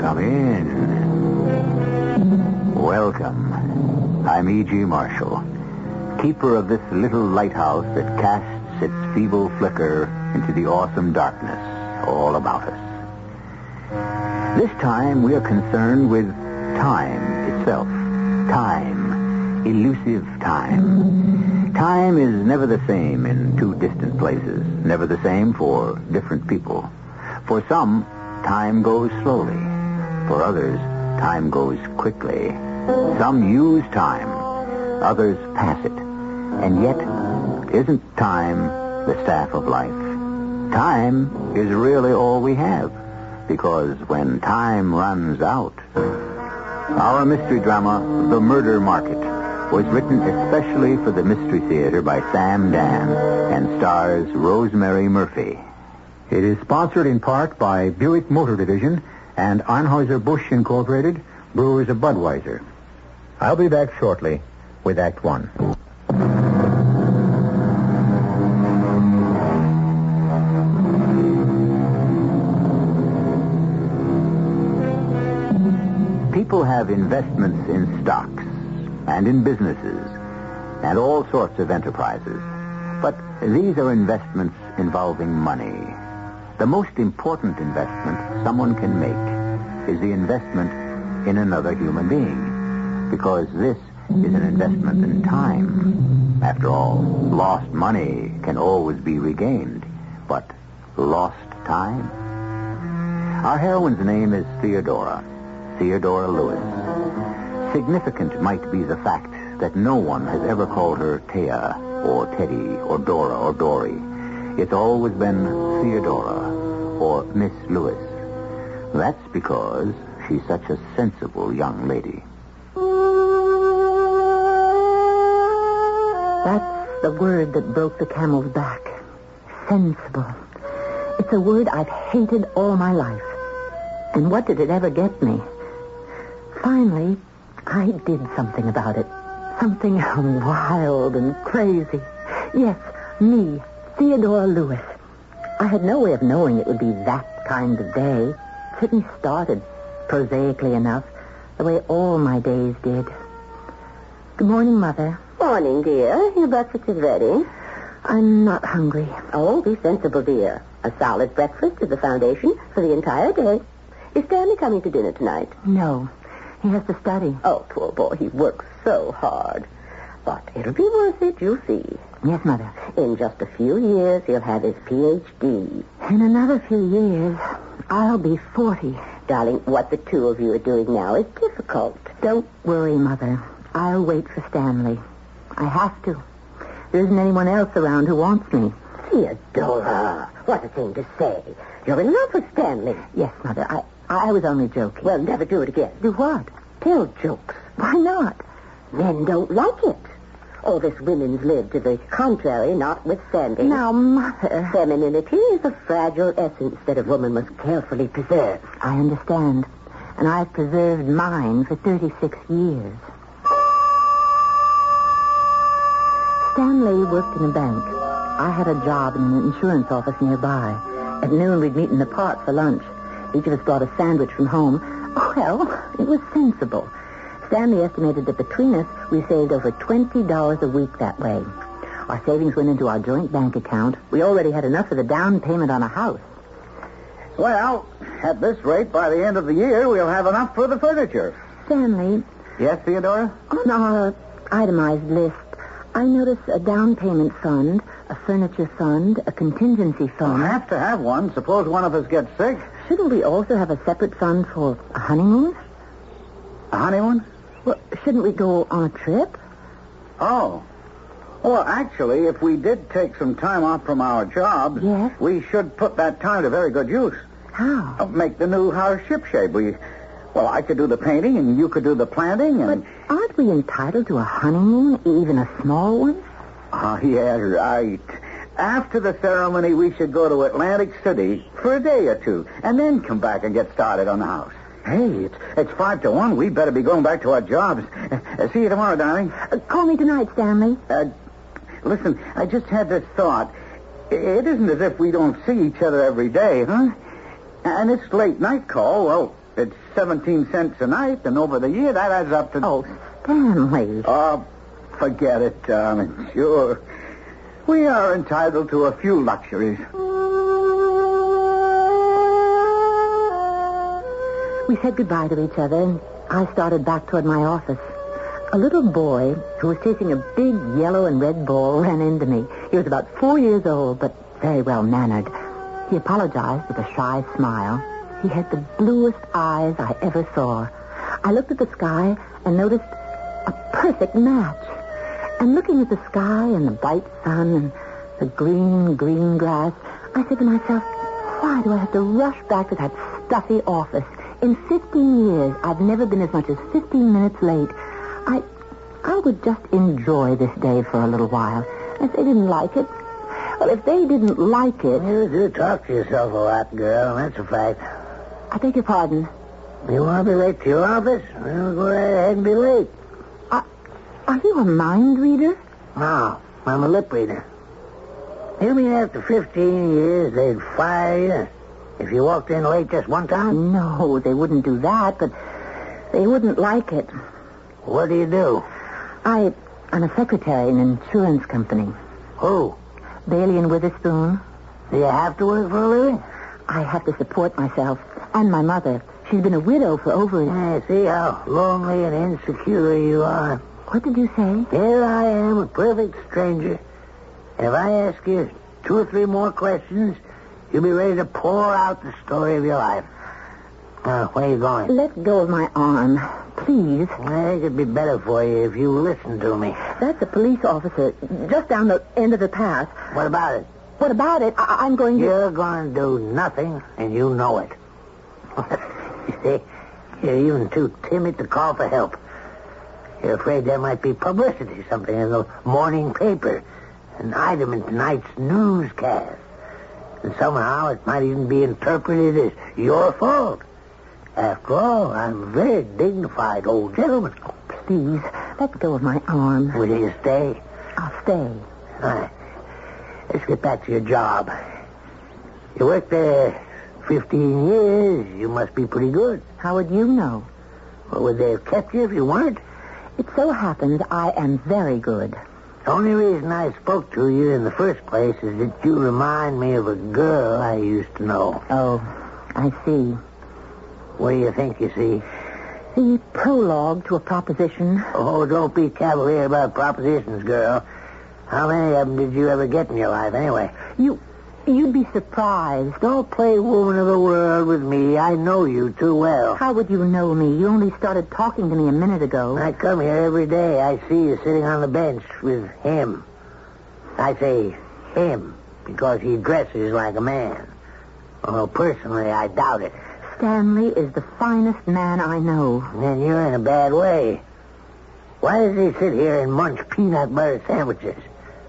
Come in. Welcome. I'm E.G. Marshall, keeper of this little lighthouse that casts its feeble flicker into the awesome darkness all about us. This time we are concerned with time itself. Time. Elusive time. Time is never the same in two distant places, never the same for different people. For some, time goes slowly. For others, time goes quickly. Some use time. Others pass it. And yet, isn't time the staff of life? Time is really all we have. Because when time runs out, our mystery drama, The Murder Market, was written especially for the Mystery Theater by Sam Dan and stars Rosemary Murphy. It is sponsored in part by Buick Motor Division and Anheuser-Busch Incorporated, Brewers of Budweiser. I'll be back shortly with Act One. People have investments in stocks and in businesses and all sorts of enterprises. But these are investments involving money. The most important investment someone can make is the investment in another human being. Because this is an investment in time. After all, lost money can always be regained. But lost time? Our heroine's name is Theodora. Theodora Lewis. Significant might be the fact that no one has ever called her Thea or Teddy or Dora or Dory. It's always been Theodora or Miss Lewis. That's because she's such a sensible young lady. That's the word that broke the camel's back. Sensible. It's a word I've hated all my life. And what did it ever get me? Finally, I did something about it. Something wild and crazy. Yes, me, Theodore Lewis. I had no way of knowing it would be that kind of day. Sydney started, prosaically enough, the way all my days did. Good morning, Mother. Morning, dear. Your breakfast is ready. I'm not hungry. Oh, be sensible, dear. A solid breakfast is the foundation for the entire day. Is Stanley coming to dinner tonight? No. He has to study. Oh, poor boy, he works so hard. But it'll be worth it, you'll see. Yes, Mother. In just a few years, he'll have his Ph.D. In another few years, I'll be 40. Darling, what the two of you are doing now is difficult. Don't worry, Mother. I'll wait for Stanley. I have to. There isn't anyone else around who wants me. Theodora, what a thing to say. You're in love with Stanley. Yes, Mother. I, I was only joking. Well, never do it again. do what? Tell jokes. Why not? Men don't like it. All this women's lib to the contrary, notwithstanding. Now, Mother. Femininity is a fragile essence that a woman must carefully preserve. I understand. And I've preserved mine for 36 years. Stanley worked in a bank. I had a job in an insurance office nearby. At noon, we'd meet in the park for lunch. Each of us brought a sandwich from home. Well, it was sensible. Stanley estimated that between us, we saved over $20 a week that way. Our savings went into our joint bank account. We already had enough for the down payment on a house. Well, at this rate, by the end of the year, we'll have enough for the furniture. Stanley, Yes, Theodora? On our itemized list, I notice a down payment fund, a furniture fund, a contingency Well, fund. have to have one. Suppose one of us gets sick. Shouldn't we also have a separate fund for a honeymoon? A honeymoon? Well, shouldn't we go on a trip? Oh. Well, actually, if we did take some time off from our jobs, Yes? we should put that time to very good use. How? Uh, Make the new house shipshape. We, well, I could do the painting, and you could do the planting, But and aren't we entitled to a honeymoon, even a small one? ah, yeah, right. After the ceremony, we should go to Atlantic City for a day or two, and then come back and get started on the house. Hey, it's, it's five to one. We better be going back to our jobs. Uh, see you tomorrow, darling. Uh, call me tonight, Stanley. Uh, listen, I just had this thought. I- It isn't as if we don't see each other every day, huh? And this late night call, well, it's 17 cents a night, and over the year that adds up to... Oh, Stanley. Oh, forget it, darling. Sure. We are entitled to a few luxuries. We said goodbye to each other, and I started back toward my office. A little boy who was chasing a big yellow and red ball ran into me. He was about four years old, but very well mannered. He apologized with a shy smile. He had the bluest eyes I ever saw. I looked at the sky and noticed a perfect match. And looking at the sky and the bright sun and the green, green grass, I said to myself, why do I have to rush back to that stuffy office? In 15 years, I've never been as much as 15 minutes late. I, I would just enjoy this day for a little while. If they didn't like it, well, if they didn't like it, You do talk to yourself a lot, girl, that's a fact. I beg your pardon. You want to be late to your office? Well, go right ahead and be late. Are you a mind reader? No, I'm a lip reader. You mean after 15 years they'd fire you if you walked in late just one time? No, they wouldn't do that, but they wouldn't like it. What do you do? I, I'm a secretary in an insurance company. Who? Bailey and Witherspoon. Do you have to work for a living? I have to support myself and my mother. She's been a widow for over. a I see how lonely and insecure you are. What did you say? Here I am, a perfect stranger. If I ask you two or three more questions, you'll be ready to pour out the story of your life. Now, Uh, where are you going? Let go of my arm, please. Well, it would be better for you if you listened to me. That's a police officer just down the end of the path. What about it? What about it? I- I'm going to. You're going to do nothing, and you know it. you see, you're even too timid to call for help. You're afraid there might be publicity, something in the morning paper, an item in tonight's newscast. And somehow it might even be interpreted as your fault. After all, I'm a very dignified old gentleman. Please, let go of my arm. Will you stay? I'll stay. All right. Let's get back to your job. You worked there 15 years. You must be pretty good. How would you know? Well, would they have kept you if you weren't? It so happens I am very good. The only reason I spoke to you in the first place is that you remind me of a girl I used to know. Oh, I see. What do you think you see? The prologue to a proposition. Oh, don't be cavalier about propositions, girl. How many of them did you ever get in your life, anyway? You, you'd be surprised. Don't play woman of the world with me. I know you too well. How would you know me? You only started talking to me a minute ago. When I come here every day, I see you sitting on the bench with him. I say him because he dresses like a man. Although personally, I doubt it. Stanley is the finest man I know. And then you're in a bad way. Why does he sit here and munch peanut butter sandwiches?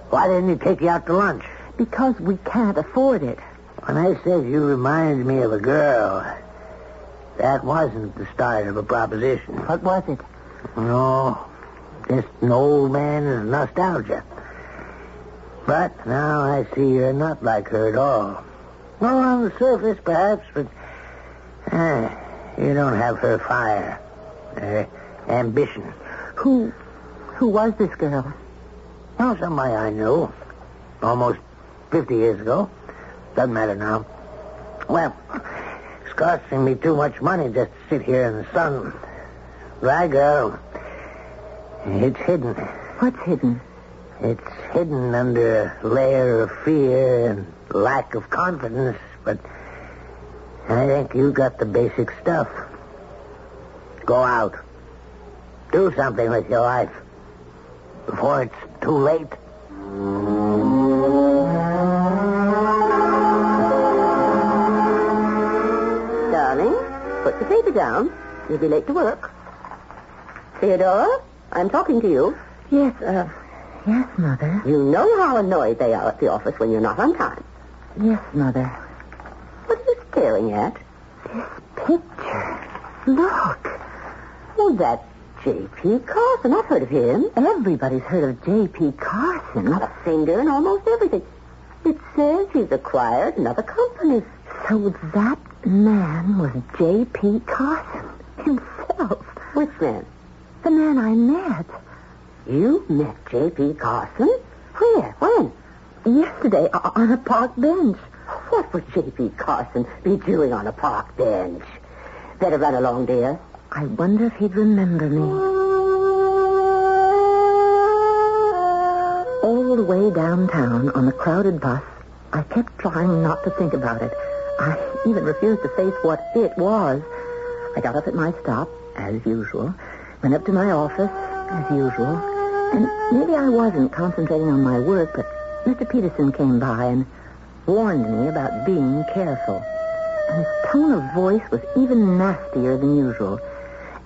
Why didn't he take you out to lunch? Because we can't afford it. When I said you reminded me of a girl, that wasn't the start of a proposition. What was it? No, just an old man's nostalgia. But now I see you're not like her at all. Well, on the surface, perhaps, but eh, you don't have her fire, her ambition. Who, who was this girl? Well, somebody I knew almost 50 years ago. Doesn't matter now. Well, it's costing me too much money just to sit here in the sun. Right, girl? It's hidden. What's hidden? It's hidden under a layer of fear and lack of confidence, but I think you got the basic stuff. Go out. Do something with your life before it's too late. Darling, put the paper down. You'll be late to work. Theodora, I'm talking to you. Yes, uh, yes, Mother. You know how annoyed they are at the office when you're not on time. Yes, Mother. What are you staring at? Picture. Look. Oh, that J.P. Carson. I've heard of him. Everybody's heard of J.P. Carson. Got a finger in almost everything. It says he's acquired another company. So that man was J.P. Carson himself. Which man? The man I met. You met J.P. Carson? Where? When? Yesterday o- on a park bench. What would J.P. Carson be doing on a park bench? Better run along, dear. I wonder if he'd remember me. All the way downtown on the crowded bus, I kept trying not to think about it. I even refused to face what it was. I got up at my stop, as usual, went up to my office, as usual, and maybe I wasn't concentrating on my work, but Mr. Peterson came by and warned me about being careful. And his tone of voice was even nastier than usual.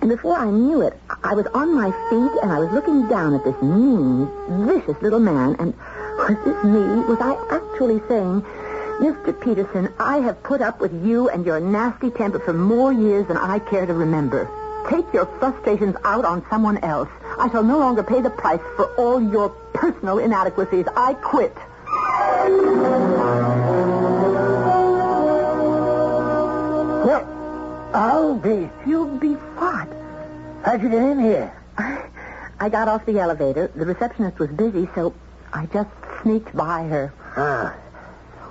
And before I knew it, I- I was on my feet and I was looking down at this mean, vicious little man. And was this me? Was I actually saying, Mr. Peterson, I have put up with you and your nasty temper for more years than I care to remember. Take your frustrations out on someone else. I shall no longer pay the price for all your personal inadequacies. I quit. Well, I'll be. You'll be what? How'd you get in here? I got off the elevator. The receptionist was busy, so I just sneaked by her. Ah,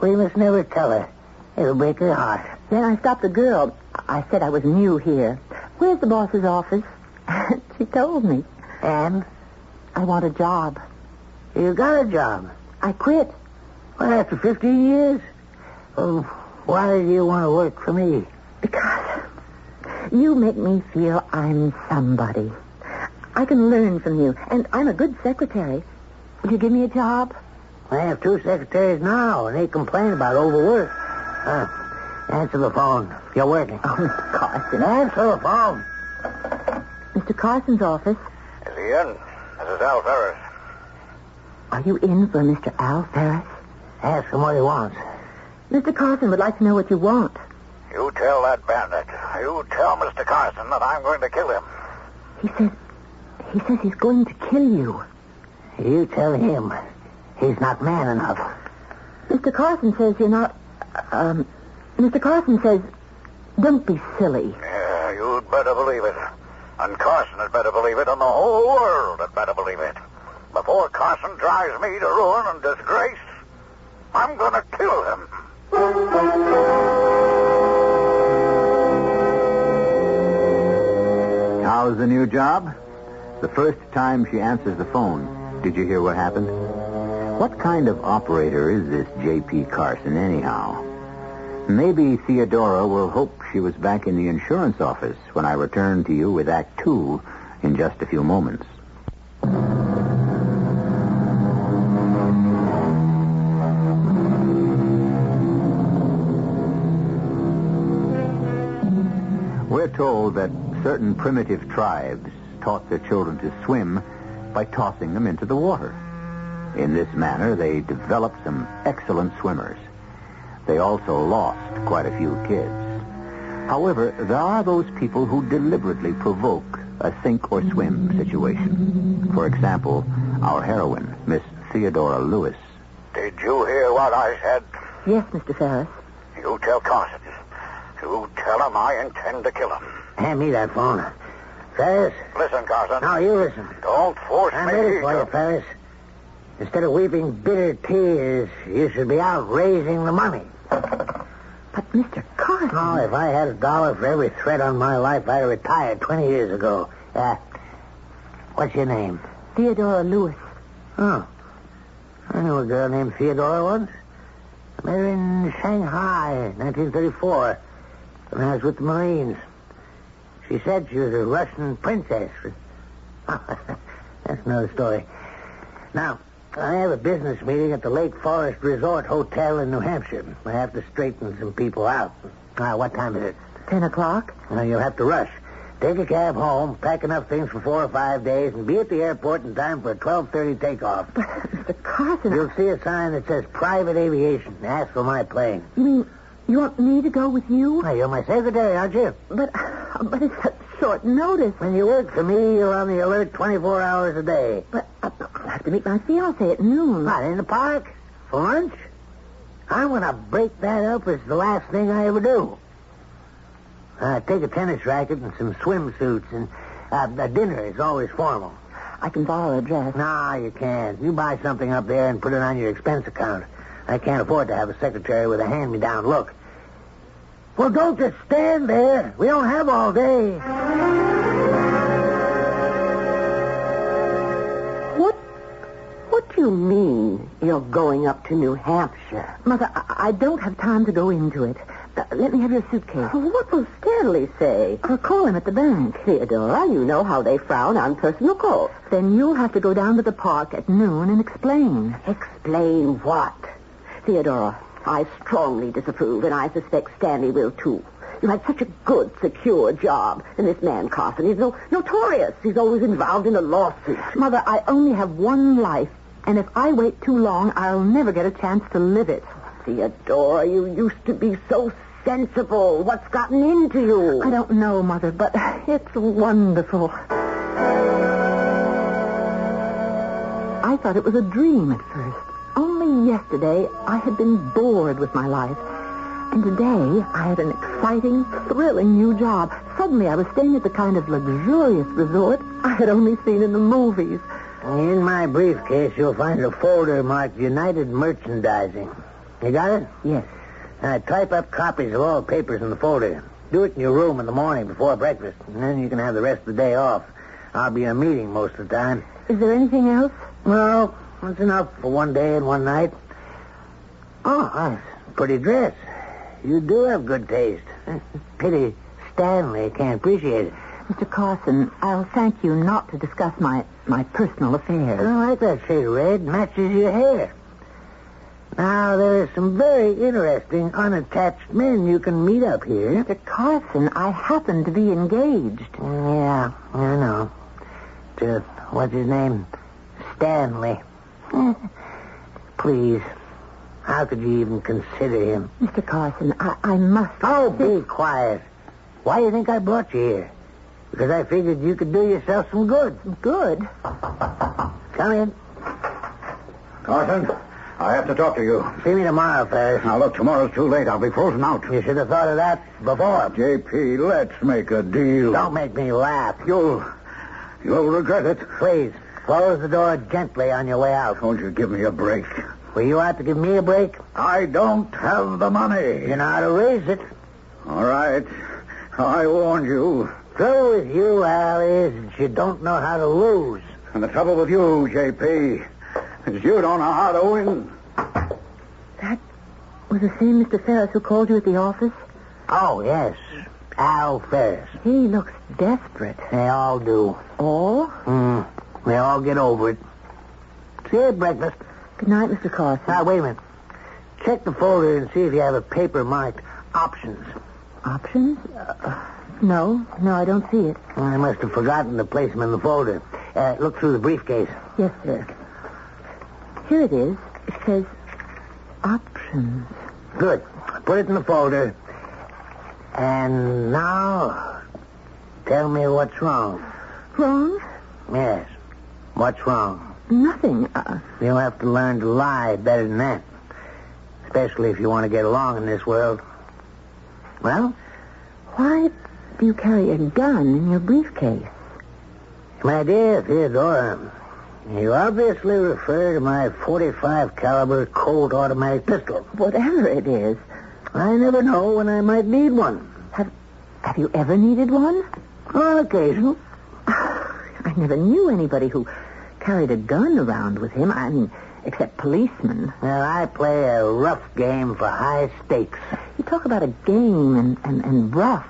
we must never tell her. It'll break her heart. Then I stopped the girl. I said I was new here. Where's the boss's office? she told me. And I want a job. you got a job. I quit. Well, after 15 years? Well, why do you want to work for me? Because you make me feel I'm somebody. I can learn from you, and I'm a good secretary. Would you give me a job? I have two secretaries now, and they complain about overwork. Uh, answer the phone. You're working. Oh, Mr. Carson. Answer the phone. Mr. Carson's office. Leon, this is Al Ferris. Are you in for Mr. Al Ferris? Ask him what he wants. Mr. Carson would like to know what you want. You tell that bandit. You tell Mr. Carson that I'm going to kill him. He says, he says he's going to kill you. You tell him. He's not man enough. Mr. Carson says you're not. Um, Mr. Carson says, don't be silly. Yeah, you'd better believe it. And Carson had better believe it, and the whole world had better believe it. Before Carson drives me to ruin and disgrace, I'm going to kill him. How's the new job? The first time she answers the phone, did you hear what happened? What kind of operator is this J.P. Carson, anyhow? Maybe Theodora will hope she was back in the insurance office when I return to you with Act Two in just a few moments. We're told that certain primitive tribes taught their children to swim by tossing them into the water. In this manner, they developed some excellent swimmers. They also lost quite a few kids. However, there are those people who deliberately provoke a sink or swim situation. For example, our heroine, Miss Theodora Lewis. Did you hear what I said? Yes, Mr. Ferris. You tell Carson. You tell him I intend to kill him. Hand me that phone. Ferris. Listen, Carson. Now you listen. Don't force I'm me. I'm ready for you, Ferris. Instead of weeping bitter tears, you should be out raising the money. But Mr. Carson. Oh, if I had a dollar for every threat on my life, I'd have retired 20 years ago. Uh, what's your name? Theodora Lewis. Oh, I knew a girl named Theodora once. I met her in Shanghai, 1934, when I was with the Marines. She said she was a Russian princess. That's another story. Now, I have a business meeting at the Lake Forest Resort Hotel in New Hampshire. I have to straighten some people out. Ah, what time is it? Ten o'clock? Now, you'll have to rush. Take a cab home, pack enough things for four or five days, and be at the airport in time for a 12.30 takeoff. But, Mr. Carson, You'll see a sign that says private aviation. Ask for my plane. you mean you want me to go with you? Why, you're my secretary, aren't you? But, but it's such short notice. When you work for me, you're on the alert 24 hours a day. But uh, I- I'll have to meet my fiancé at noon. Not in the park? For lunch? I'm going to break that up as the last thing I ever do. Uh, take a tennis racket and some swimsuits, and uh, the dinner is always formal. I can borrow a dress. No, you can't. You buy something up there and put it on your expense account. I can't afford to have a secretary with a hand-me-down look. Well, don't just stand there. We don't have all day. What? What do you mean you're going up to New Hampshire? Mother, I, I don't have time to go into it. Uh, let me have your suitcase. What will Stanley say? I'll call him at the bank. Theodora, you know how they frown on personal calls. Then you'll have to go down to the park at noon and explain. Explain what? Theodora, I strongly disapprove, and I suspect Stanley will too. You had such a good, secure job, and this man Carson is no, notorious. He's always involved in a lawsuit. Mother, I only have one life, and if I wait too long, I'll never get a chance to live it. Theodora, you used to be so sensible. What's gotten into you? I don't know, Mother, but it's wonderful. I thought it was a dream at first. Only yesterday, I had been bored with my life. And today, I had an exciting, thrilling new job. Suddenly, I was staying at the kind of luxurious resort I had only seen in the movies. In my briefcase, you'll find a folder marked United Merchandising. You got it? Yes. Now, type up copies of all papers in the folder. Do it in your room in the morning before breakfast, and then you can have the rest of the day off. I'll be in a meeting most of the time. Is there anything else? Well, that's enough for one day and one night. Oh, that's a pretty dress. You do have good taste. Pity Stanley can't appreciate it. Mr. Carson, I'll thank you not to discuss my, my personal I affairs. don't like that shade of red. Matches your hair. Now, there are some very interesting unattached men you can meet up here. Mr. Carson, I happen to be engaged. Mm, Yeah, I know. To, what's his name? Stanley. Please, how could you even consider him? Mr. Carson, I, I must. Oh, be quiet. Why do you think I brought you here? Because I figured you could do yourself some good. Good. Come in. Carson, I have to talk to you. See me tomorrow, Ferris. Now, look, tomorrow's too late. I'll be frozen out. You should have thought of that before. J.P., let's make a deal. Don't make me laugh. You'll, you'll regret it. Please, close the door gently on your way out. Won't you give me a break? Were you out to give me a break? I don't have the money. You know how to raise it. All right. I warned you. Trouble with you, Al, is that you don't know how to lose. And the trouble with you, J.P., is you don't know how to win. That was the same Mr. Ferris who called you at the office? Oh, yes. Al Ferris. He looks desperate. They all do. All? Mm. They all get over it. See you at breakfast. Good night, Mr. Carson. Now, wait a minute. Check the folder and see if you have a paper marked options. Options? Uh, no, no, I don't see it. I must have forgotten to place them in the folder. Uh, look through the briefcase. Yes, sir. Here it is. It says options. Good. Put it in the folder. And now, tell me what's wrong. Wrong? Yes. What's wrong? Nothing. Uh, You'll have to learn to lie better than that. Especially if you want to get along in this world. Well, why do you carry a gun in your briefcase? My dear Theodora, you obviously refer to my 45 caliber Colt automatic pistol. Whatever it is. I never know when I might need one. Have, have you ever needed one? On occasion. I never knew anybody who carried a gun around with him. I mean, except policemen. Well, I play a rough game for high stakes. You talk about a game and, and, and rough.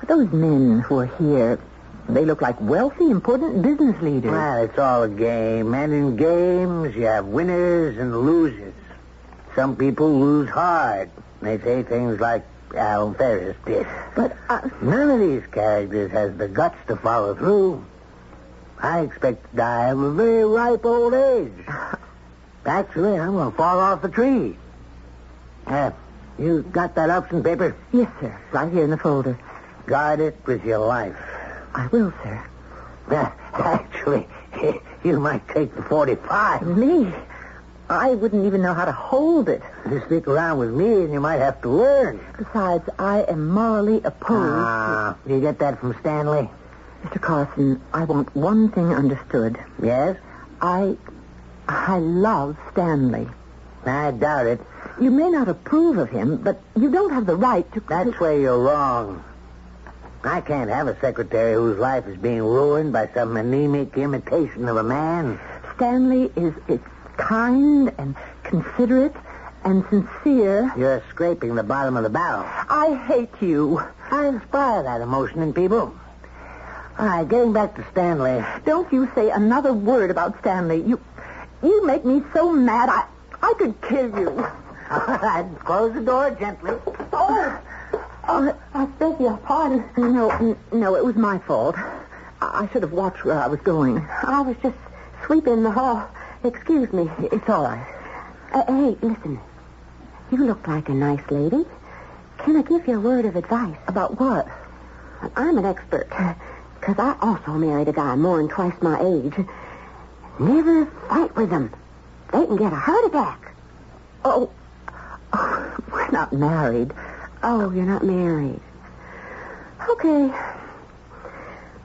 But those men who are here, they look like wealthy, important business leaders. Well, it's all a game, and in games you have winners and losers. Some people lose hard. They say things like Al Ferris did. But uh, I, None of these characters has the guts to follow through. I expect to die of a very ripe old age. Actually, I'm going to fall off the tree. Uh, you got that option paper? yes, sir, right here in the folder. Guard it with your life. I will, sir. Uh, actually, you might take the 45. Me? I wouldn't even know how to hold it. You stick around with me and you might have to learn. Besides, I am morally opposed. Ah, you get that from Stanley? Mr. Carson, I want one thing understood. Yes? I, I love Stanley. I doubt it. You may not approve of him, but you don't have the right to. That's where you're wrong. I can't have a secretary whose life is being ruined by some anemic imitation of a man. Stanley is is kind and considerate and sincere. You're scraping the bottom of the barrel. I hate you. I inspire that emotion in people. All right, getting back to Stanley. Don't you say another word about Stanley. You, you make me so mad. I, I could kill you. All right, close the door gently. Oh, oh I beg your pardon. No, n- no, it was my fault. I I should have watched where I was going. I was just sweeping the hall. Excuse me. It's all right. Uh, hey, listen. You look like a nice lady. Can I give you a word of advice? About what? I'm an expert, because I also married a guy more than twice my age. Never fight with them. They can get a heart attack. Oh, oh we're not married. Oh, you're not married. Okay.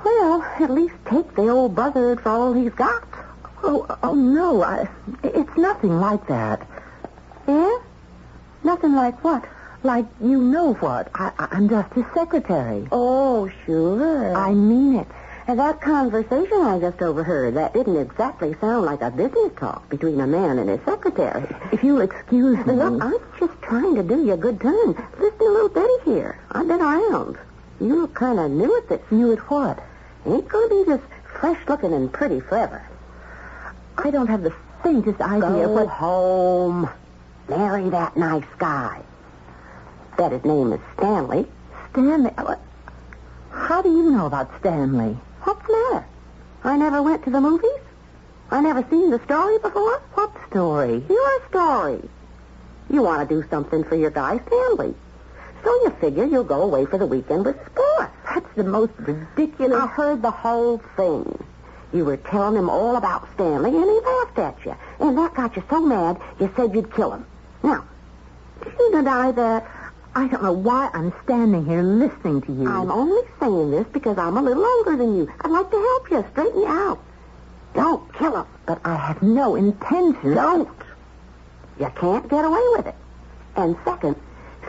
Well, at least take the old buzzard for all he's got. Oh, oh no, I, it's nothing like that. Yeah? Nothing like what? Like you know what? I, I- I'm just his secretary. Oh, sure. I mean it. And that conversation I just overheard, that didn't exactly sound like a business talk between a man and his secretary. If you'll excuse me. Look, I'm just trying to do you a good turn. Listen a little Betty here. I've been around. You look kind of new at this. Knew it what? Ain't going to be just fresh-looking and pretty forever. I don't have the faintest idea Go what. home. Marry that nice guy. Bet his name is Stanley. Stanley. uh, How do you know about Stanley? What's the matter? I never went to the movies. I never seen the story before. What story? Your story. You want to do something for your guy, Stanley. So you figure you'll go away for the weekend with sports. That's the most ridiculous. I heard the whole thing. You were telling him all about Stanley, and he laughed at you. And that got you so mad, you said you'd kill him. Now, do you deny that? I don't know why I'm standing here listening to you. I'm only saying this because I'm a little older than you. I'd like to help you, straighten you out. Don't kill him. But I have no intention. Don't. You can't get away with it. And second,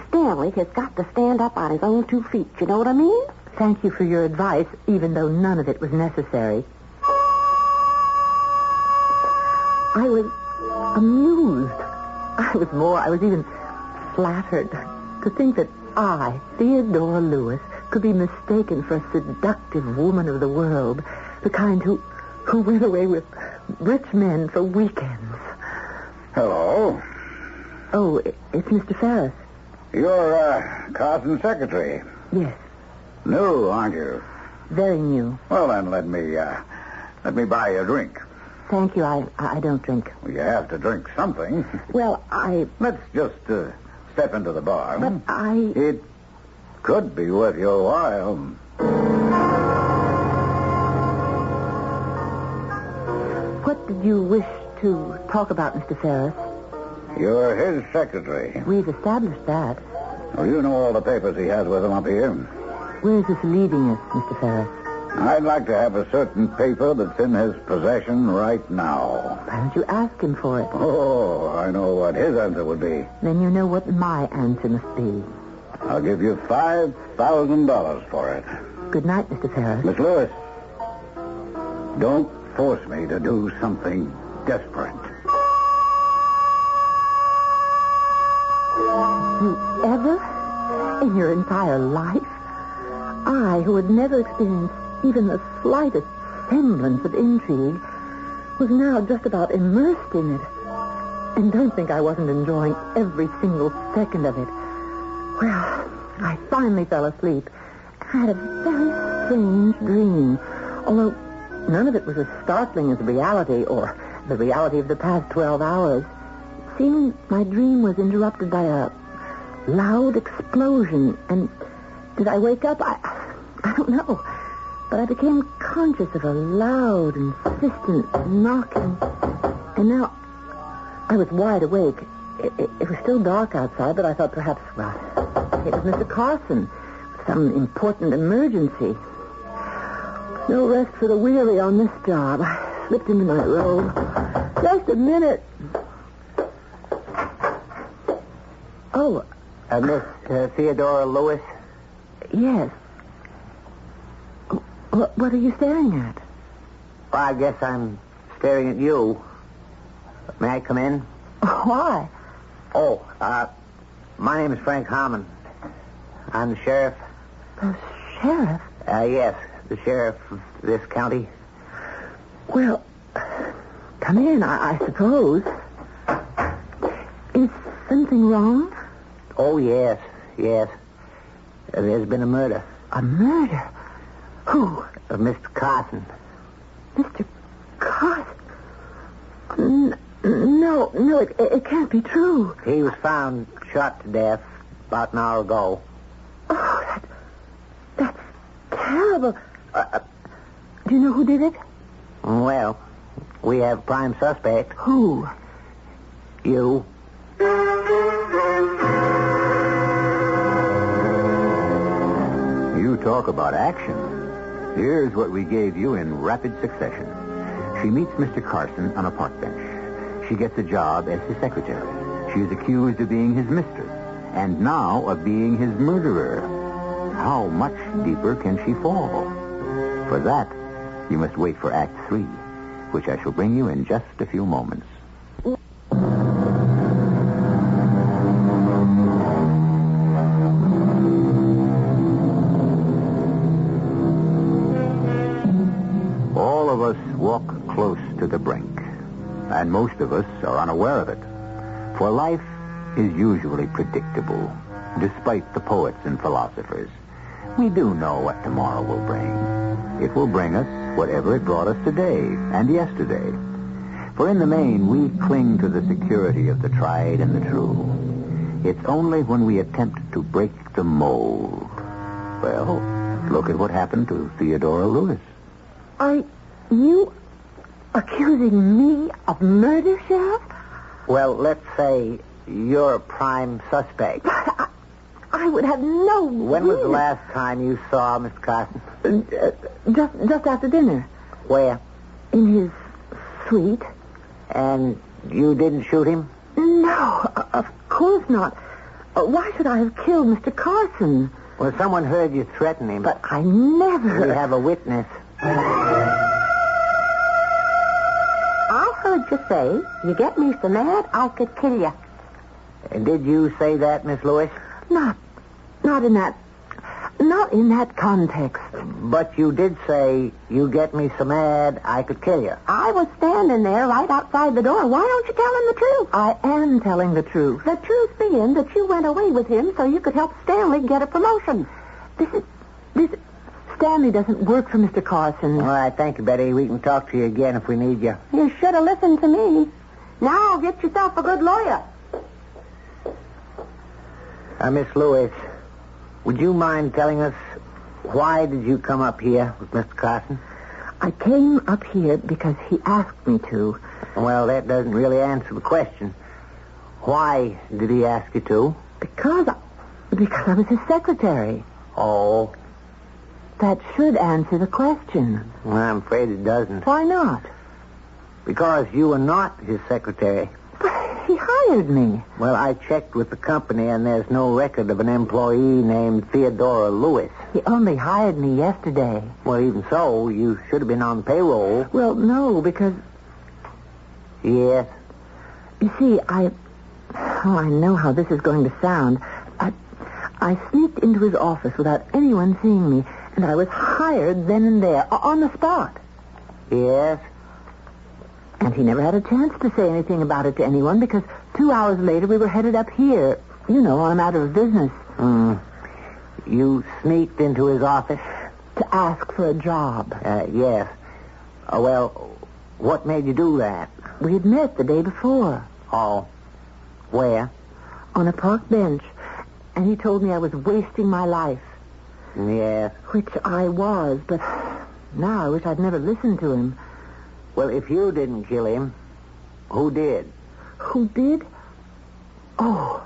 Stanley has got to stand up on his own two feet. You know what I mean? Thank you for your advice, even though none of it was necessary. I was amused. I was more, I was even flattered to think that I, Theodora Lewis, could be mistaken for a seductive woman of the world, the kind who, who went away with rich men for weekends. Hello. Oh, i- it's Mr. Ferris. You're, uh, Carson's secretary. Yes, New, aren't you? very new. Well, then, let me, uh, let me buy you a drink. Thank you. I, I I don't drink. You have to drink something. Well, I, Let's just, uh, step into the bar. but I. It could be worth your while. What did you wish to talk about, Mr. Ferris? You're his secretary. We've established that. Well, you know all the papers he has with him up here. Where is this leading us, Mr. Ferris? I'd like to have a certain paper that's in his possession right now. Why don't you ask him for it? Oh, I know what his answer would be. Then you know what my answer must be. I'll give you five thousand dollars for it. Good night, Mr. Ferris. Miss Lewis, don't force me to do something desperate. You ever in your entire life? I, who had never experienced even the slightest semblance of intrigue, was now just about immersed in it. And don't think I wasn't enjoying every single second of it. Well, I finally fell asleep. I had a very strange dream, although none of it was as startling as reality or the reality of the past 12 hours. Seeming my dream was interrupted by a loud explosion, and did I wake up? I, I don't know. But I became conscious of a loud, insistent knocking, and now I was wide awake. It, it, it was still dark outside, but I thought perhaps, well, it was Mr. Carson. Some important emergency. No rest for the weary on this job. I slipped into my robe. Just a minute. Oh, Uh, Miss uh, Theodora Lewis, yes. What, what are you staring at? well, I guess I'm staring at you. May I come in? Why? Oh, uh, my name is Frank Harmon. I'm the sheriff. The sheriff? Uh, yes, the sheriff of this county. Well, come in, I, I suppose. Is something wrong? Oh, yes, yes. Uh, There's been a murder A murder? Who? of Mr. Carson. Mr. Carson? N- no, no, it, it can't be true. He was found shot to death about an hour ago. Oh, that, that's terrible. Uh, uh, do you know who did it? Well, we have prime suspect. Who? You. You talk about action. Here's what we gave you in rapid succession. She meets Mr. Carson on a park bench. She gets a job as his secretary. She is accused of being his mistress and now of being his murderer. How much deeper can she fall? For that, you must wait for Act Three, which I shall bring you in just a few moments. All of us walk close to the brink, and most of us are unaware of it. For life is usually predictable, despite the poets and philosophers. We do know what tomorrow will bring. It will bring us whatever it brought us today and yesterday. For in the main, we cling to the security of the tried and the true. It's only when we attempt to break the mold. Well, look at what happened to Theodora Lewis. Are you accusing me of murder, Sheriff? Well, let's say you're a prime suspect. I would have no. When was the reason- last time you saw Mr. Carson? Uh, just just after dinner, Where? in his suite. And you didn't shoot him? No, o- of course not. Uh, Why should I have killed Mr. Carson? Well, someone heard you threaten him. But I never. we have a witness. I heard you say, "You get me so mad, I could kill you." And Did you say that, Miss Lewis? Not, not in that, not in that context. But you did say, you get me so mad, I could kill you. I was standing there right outside the door. Why don't you tell him the truth? I am telling the truth. The truth being that you went away with him so you could help Stanley get a promotion. This is, this, Stanley doesn't work for Mr. Carson. All right, thank you, Betty. We can talk to you again if we need you. You should have listened to me. Now get yourself a good lawyer. Uh, Miss Lewis, would you mind telling us why did you come up here with Mr. Carson? I came up here because he asked me to. Well, that doesn't really answer the question. Why did he ask you to? Because, I, because I was his secretary. Oh, That should answer the question. well, I'm afraid it doesn't. Why not? Because you were not his secretary. But he hired me. Well, I checked with the company, and there's no record of an employee named Theodora Lewis. He only hired me yesterday. Well, even so, you should have been on payroll. Well, no, because Yes. you see, I Oh, I know how this is going to sound. I, I sneaked into his office without anyone seeing me, and I was hired then and there, o- on the spot. Yes? And he never had a chance to say anything about it to anyone because two hours later we were headed up here, you know, on a matter of business, Hmm. You sneaked into his office? to ask for a job. Uh, yes. Uh, well, what made you do that? We had met the day before Oh. Where? on a park bench, and he told me I was wasting my life, Yes. which I was, but now I wish I'd never listened to him. Well, if you didn't kill him, who did? Who did? Oh,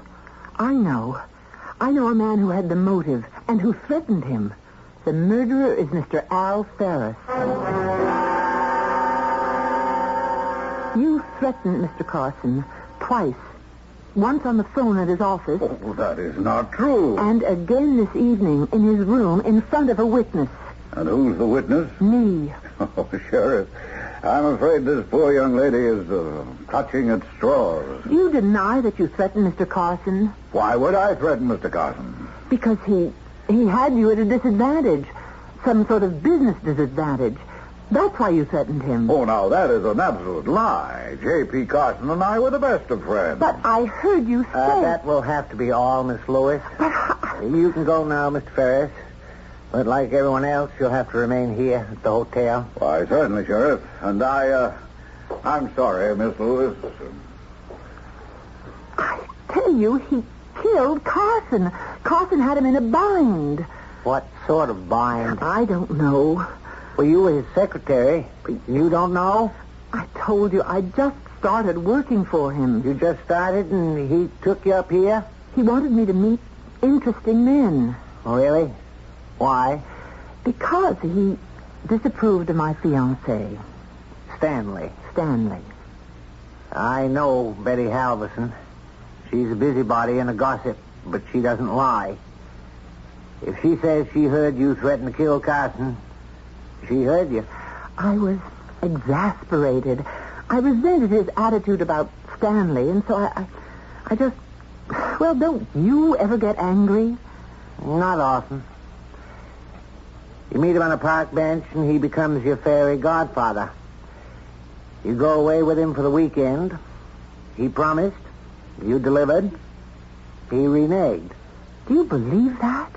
I know. I know a man who had the motive and who threatened him. The murderer is Mr. Al Ferris. You threatened Mr. Carson twice. Once on the phone at his office, Oh, that is not true. and again this evening in his room in front of a witness. And who's the witness? Hmm. Me. Oh, Sheriff, I'm afraid this poor young lady is uh, clutching at straws. You deny that you threatened Mr. Carson Why would I threaten Mr. Carson? Because he he had you at a disadvantage, some sort of business disadvantage. That's why you threatened him. Oh, now that is an absolute lie. J.P. Carson and I were the best of friends. But I heard you say Uh, that will have to be all, Miss Lewis. you can go now, Mr. Ferris. But like everyone else, you'll have to remain here at the hotel. Why, certainly, Sheriff. And I, uh, I'm sorry, Miss Lewis. I tell you he killed Carson. Carson had him in a bind. What sort of bind? I don't know. Well, you were his secretary. You don't know? I told you I just started working for him. You just started and he took you up here? He wanted me to meet interesting men Oh, Really? Why? because he disapproved of my fiancé, Stanley. Stanley. I know Betty Halverson. She's a busybody and a gossip, but she doesn't lie. If she says she heard you threaten to kill Carson, she heard you. I was exasperated. I resented his attitude about Stanley, and so I, I, I just. Well, don't you ever get angry? Not often. You meet him on a park bench, and he becomes your fairy godfather. You go away with him for the weekend. He promised. You delivered. He reneged. Do you believe that?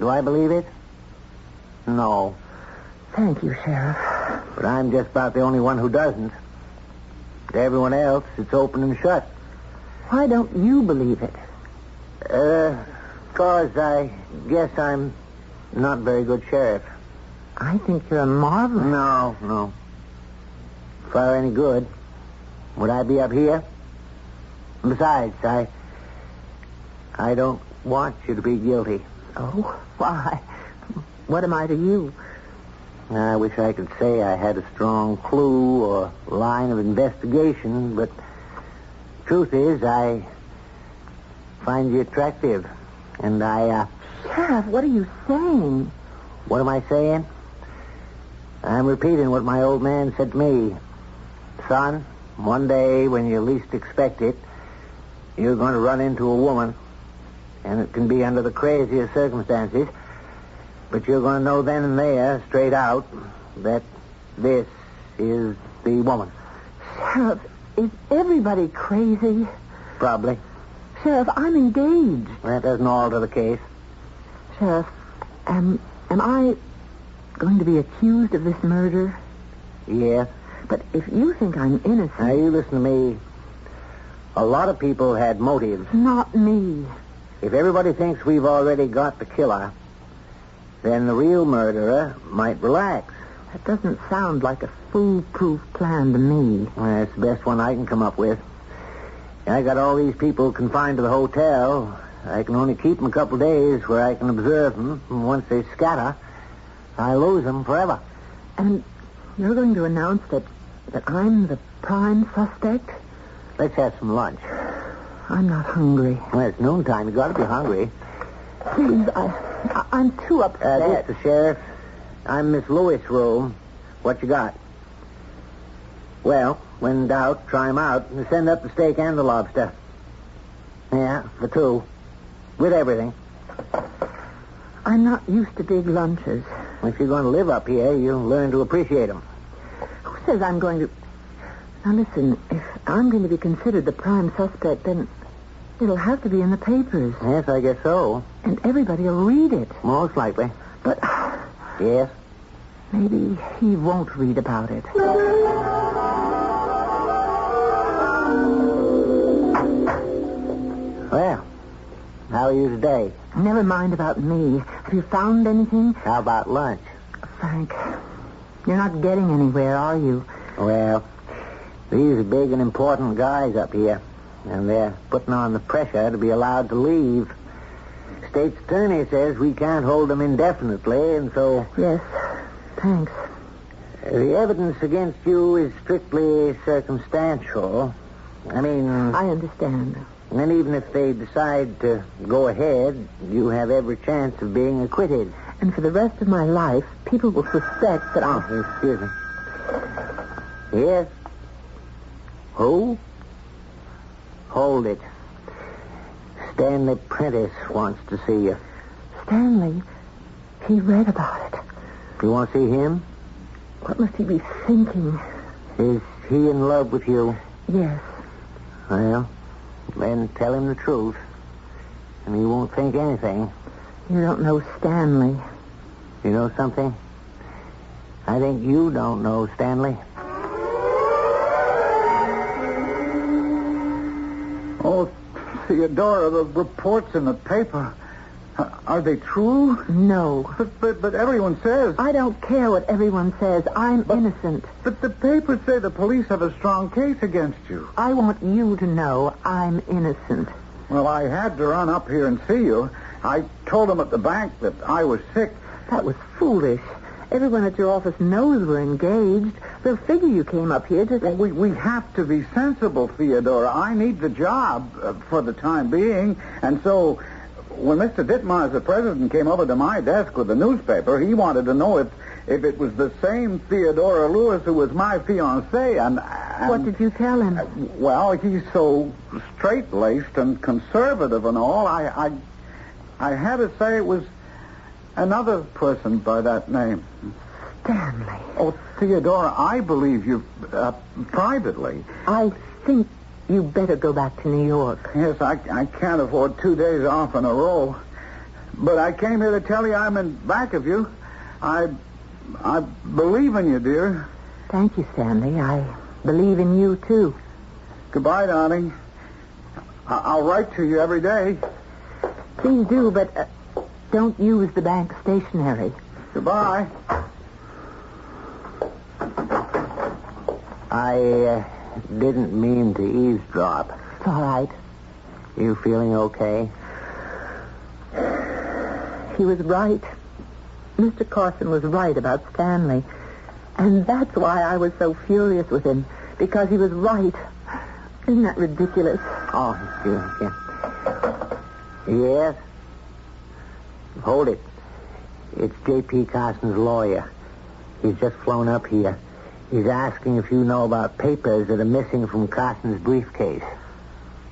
Do I believe it? No. Thank you, Sheriff. But I'm just about the only one who doesn't. To everyone else, it's open and shut. Why don't you believe it? Uh, cause I guess I'm not very good sheriff. I think you're a marvelous. No, no. If I were any good, would I be up here? Besides, I. I don't want you to be guilty. Oh, why? What am I to you? I wish I could say I had a strong clue or line of investigation, but truth is, I find you attractive. And I, uh, Sheriff, what are you saying? what am I saying? I'm repeating what my old man said to me. Son, one day when you least expect it, you're going to run into a woman. And it can be under the craziest circumstances. But you're going to know then and there, straight out, that this is the woman. Sheriff, is everybody crazy? Probably. Sheriff, I'm engaged. That doesn't alter the case. Sheriff, am, am I going to be accused of this murder? Yes. But if you think I'm innocent, Now, you listen to me. A lot of people had motives. not me. If everybody thinks we've already got the killer, then the real murderer might relax. That doesn't sound like a foolproof plan to me. That's the best one I can come up with. I got all these people confined to the hotel. I can only keep them a couple days where I can observe them. And once they scatter, I lose them forever. And you're going to announce that that I'm the prime suspect? Let's have some lunch. I'm not hungry. Well, it's noontime. You got to be hungry. Please, I, I am too Uh, upset. this is the sheriff. I'm Miss Lewis Rome. What you got? Well, when in doubt, try 'em out and send up the steak and the lobster. Yeah, for two. With everything. I'm not used to big lunches. If you're going to live up here, you'll learn to appreciate them. Who says I'm going to... Now, listen, if I'm going to be considered the prime suspect, then it'll have to be in the papers. Yes, I guess so. And everybody will read it. Most likely. But Yes. maybe he won't read about it. Well, how are you today? Never mind about me. Have you found anything? How about lunch? Frank, you're not getting anywhere, are you? Well, these are big and important guys up here, and they're putting on the pressure to be allowed to leave. State's attorney says we can't hold them indefinitely, and so Yes, thanks. the evidence against you is strictly circumstantial. I mean, I understand. and even if they decide to go ahead, you have every chance of being acquitted. And for the rest of my life, people will suspect that Oh, I... excuse me. Yes. Who? Hold it. Stanley Prentice wants to see you. Stanley, he read about it. You want to see him? What must he be thinking? Is he in love with you? Yes. Well, then tell him the truth, and he won't think anything. You don't know Stanley. You know something? I think you don't know, Stanley. Oh, Theodora, the reports in the paper. Uh, Are they true? No. But, but, but everyone says. I don't care what everyone says. I'm innocent. But the papers say the police have a strong case against you. I want you to know I'm innocent. Well, I had to run up here and see you. I told them at the bank that I was sick. That was foolish. Everyone at your office knows we're engaged. They'll figure you came up here to... We, we have to be sensible, Theodora. I need the job uh, for the time being. And so when Mr. Dittmeyer's the president, came over to my desk with the newspaper, he wanted to know if, if it was the same Theodora Lewis who was my fiancée. And, Um, and What did you tell him? Well, he's so straight-laced and conservative and all. I, I, I had to say it was another person by that name. Stanley. Oh, Theodora, I believe you uh, privately. I think you better go back to New York. Yes, I, I can't afford two days off in a row. But I came here to tell you I'm in back of you. I, I believe in you, dear. Thank you, Stanley. I believe in you, too. Goodbye, darling. I, I'll write to you every day. Please do, but uh, don't use the bank stationery. Goodbye. I uh, didn't mean to eavesdrop. It's all right. You feeling okay? He was right. Mr. Carson was right about Stanley. And that's why I was so furious with him, because he was right. Isn't that ridiculous? Oh, yeah, yeah. Yes? Hold it. It's J.P. Carson's lawyer. He's just flown up here. He's asking if you know about papers that are missing from Carson's briefcase.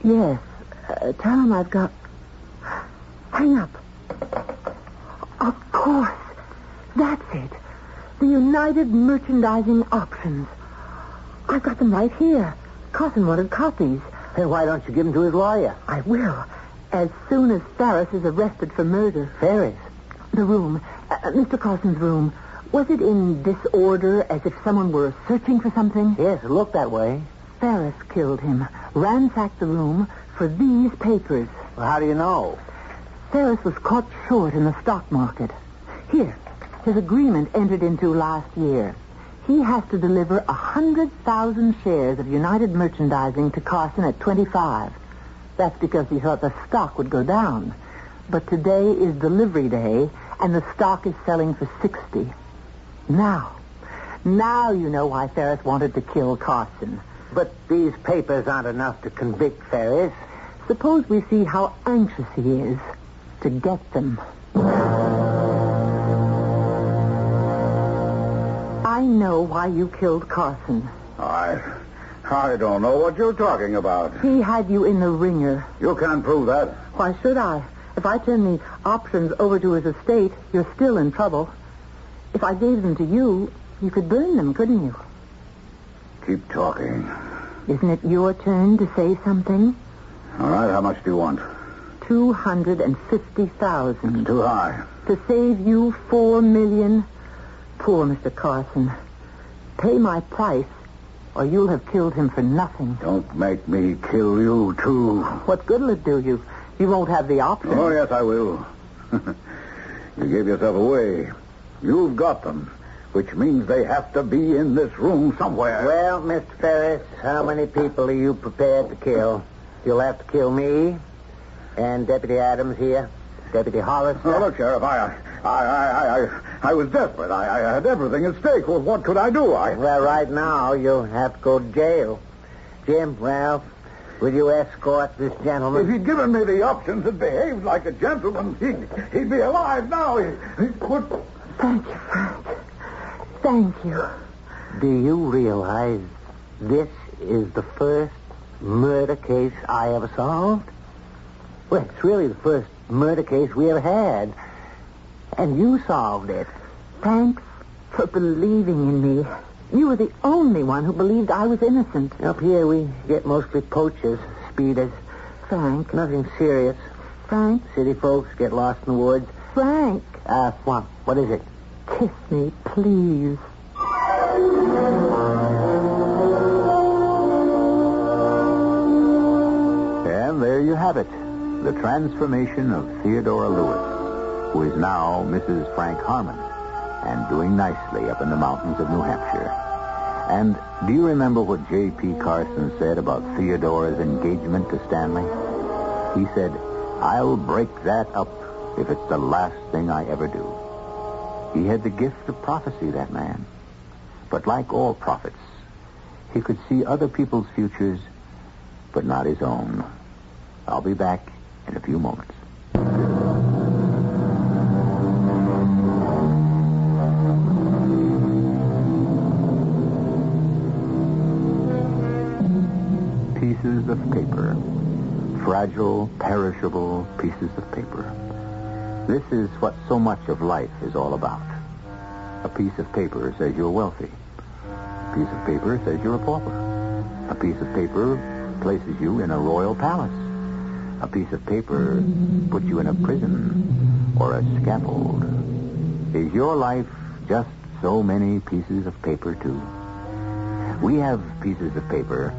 Yes. Uh, tell him I've got. Hang up. Of course. That's it. The United Merchandising Options. I've got them right here. Carson wanted copies. Then why don't you give them to his lawyer? I will. As soon as Ferris is arrested for murder. Ferris. The room. Uh, Mr. Carson's room. Was it in disorder as if someone were searching for something? Yes, it looked that way. Ferris killed him, ransacked the room for these papers. Well, how do you know? Ferris was caught short in the stock market. Here, his agreement entered into last year. He has to deliver a 100,000 shares of United Merchandising to Carson at 25. That's because he thought the stock would go down. But today is delivery day, and the stock is selling for 60. Now, now you know why Ferris wanted to kill Carson. But these papers aren't enough to convict Ferris. Suppose we see how anxious he is to get them. I know why you killed Carson. I, I don't know what you're talking about. He had you in the ringer. You can't prove that. Why should I? If I turn the options over to his estate, you're still in trouble. If I gave them to you, you could burn them, couldn't you? Keep talking. Isn't it your turn to say something? All right, how much do you want? Two hundred and fifty thousand Too high. to save you four million. Poor Mr. Carson. Pay my price, or you'll have killed him for nothing. Don't make me kill you, too. What good'll it do you? You won't have the option. Oh, yes, I will. you gave yourself away. You've got them, which means they have to be in this room somewhere. Well, Mr. Ferris, how many people are you prepared to kill? You'll have to kill me and Deputy Adams here, Deputy Hollis. Now, Oh, look, Sheriff, I, I, I, I, I was desperate. I, I had everything at stake. Well, what could I do? I, Well, right now, you'll have to go to jail. Jim, Ralph, will you escort this if gentleman? he'd given me the options and behaved like a gentleman, he'd, he'd be alive now. He, he would... Thank you, Frank. Thank you. Do you realize this is the first murder case I ever solved? Well, it's really the first murder case we ever had. And you solved it. Thanks for believing in me. You were the only one who believed I was innocent. Up here, we get mostly poachers, speeders. Frank, Nothing serious. Frank, City folks get lost in the woods. Frank, Uh, what? What is it? kiss me, please. And there you have it the transformation of Theodora Lewis, who is now Mrs. Frank Harmon and doing nicely up in the mountains of New Hampshire. And do you remember what J.P. Carson said about Theodora's engagement to Stanley? He said, I'll break that up if it's the last thing I ever do. He had the gift of prophecy, that man. But like all prophets, he could see other people's futures, but not his own. I'll be back in a few moments. Pieces of paper. Fragile, perishable pieces of paper. This is what so much of life is all about. A piece of paper says you're wealthy. A piece of paper says you're a pauper. A piece of paper places you in a royal palace. A piece of paper puts you in a prison or a scaffold. Is your life just so many pieces of paper, too? We have pieces of paper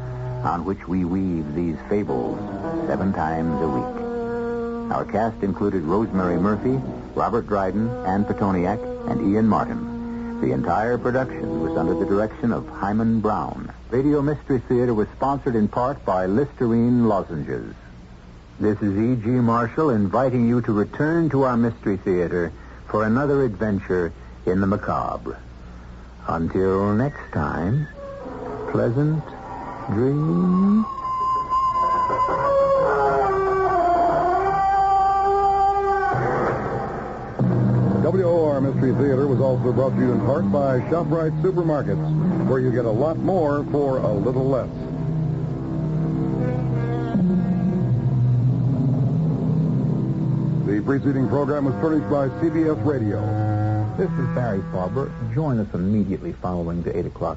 on which we weave these fables seven times a week. Our cast included Rosemary Murphy, Robert Dryden, Ann Petoniak, and Ian Martin. The entire production was under the direction of Hyman Brown. Radio Mystery Theater was sponsored in part by Listerine Lozenges. This is E.G. Marshall inviting you to return to our Mystery Theater for another adventure in the macabre. Until next time, pleasant dreams. WOR Mystery Theater was also brought to you in part by ShopRite Supermarkets, where you get a lot more for a little less. The preceding program was furnished by CBS Radio. This is Barry Farber. Join us immediately following the 8 o'clock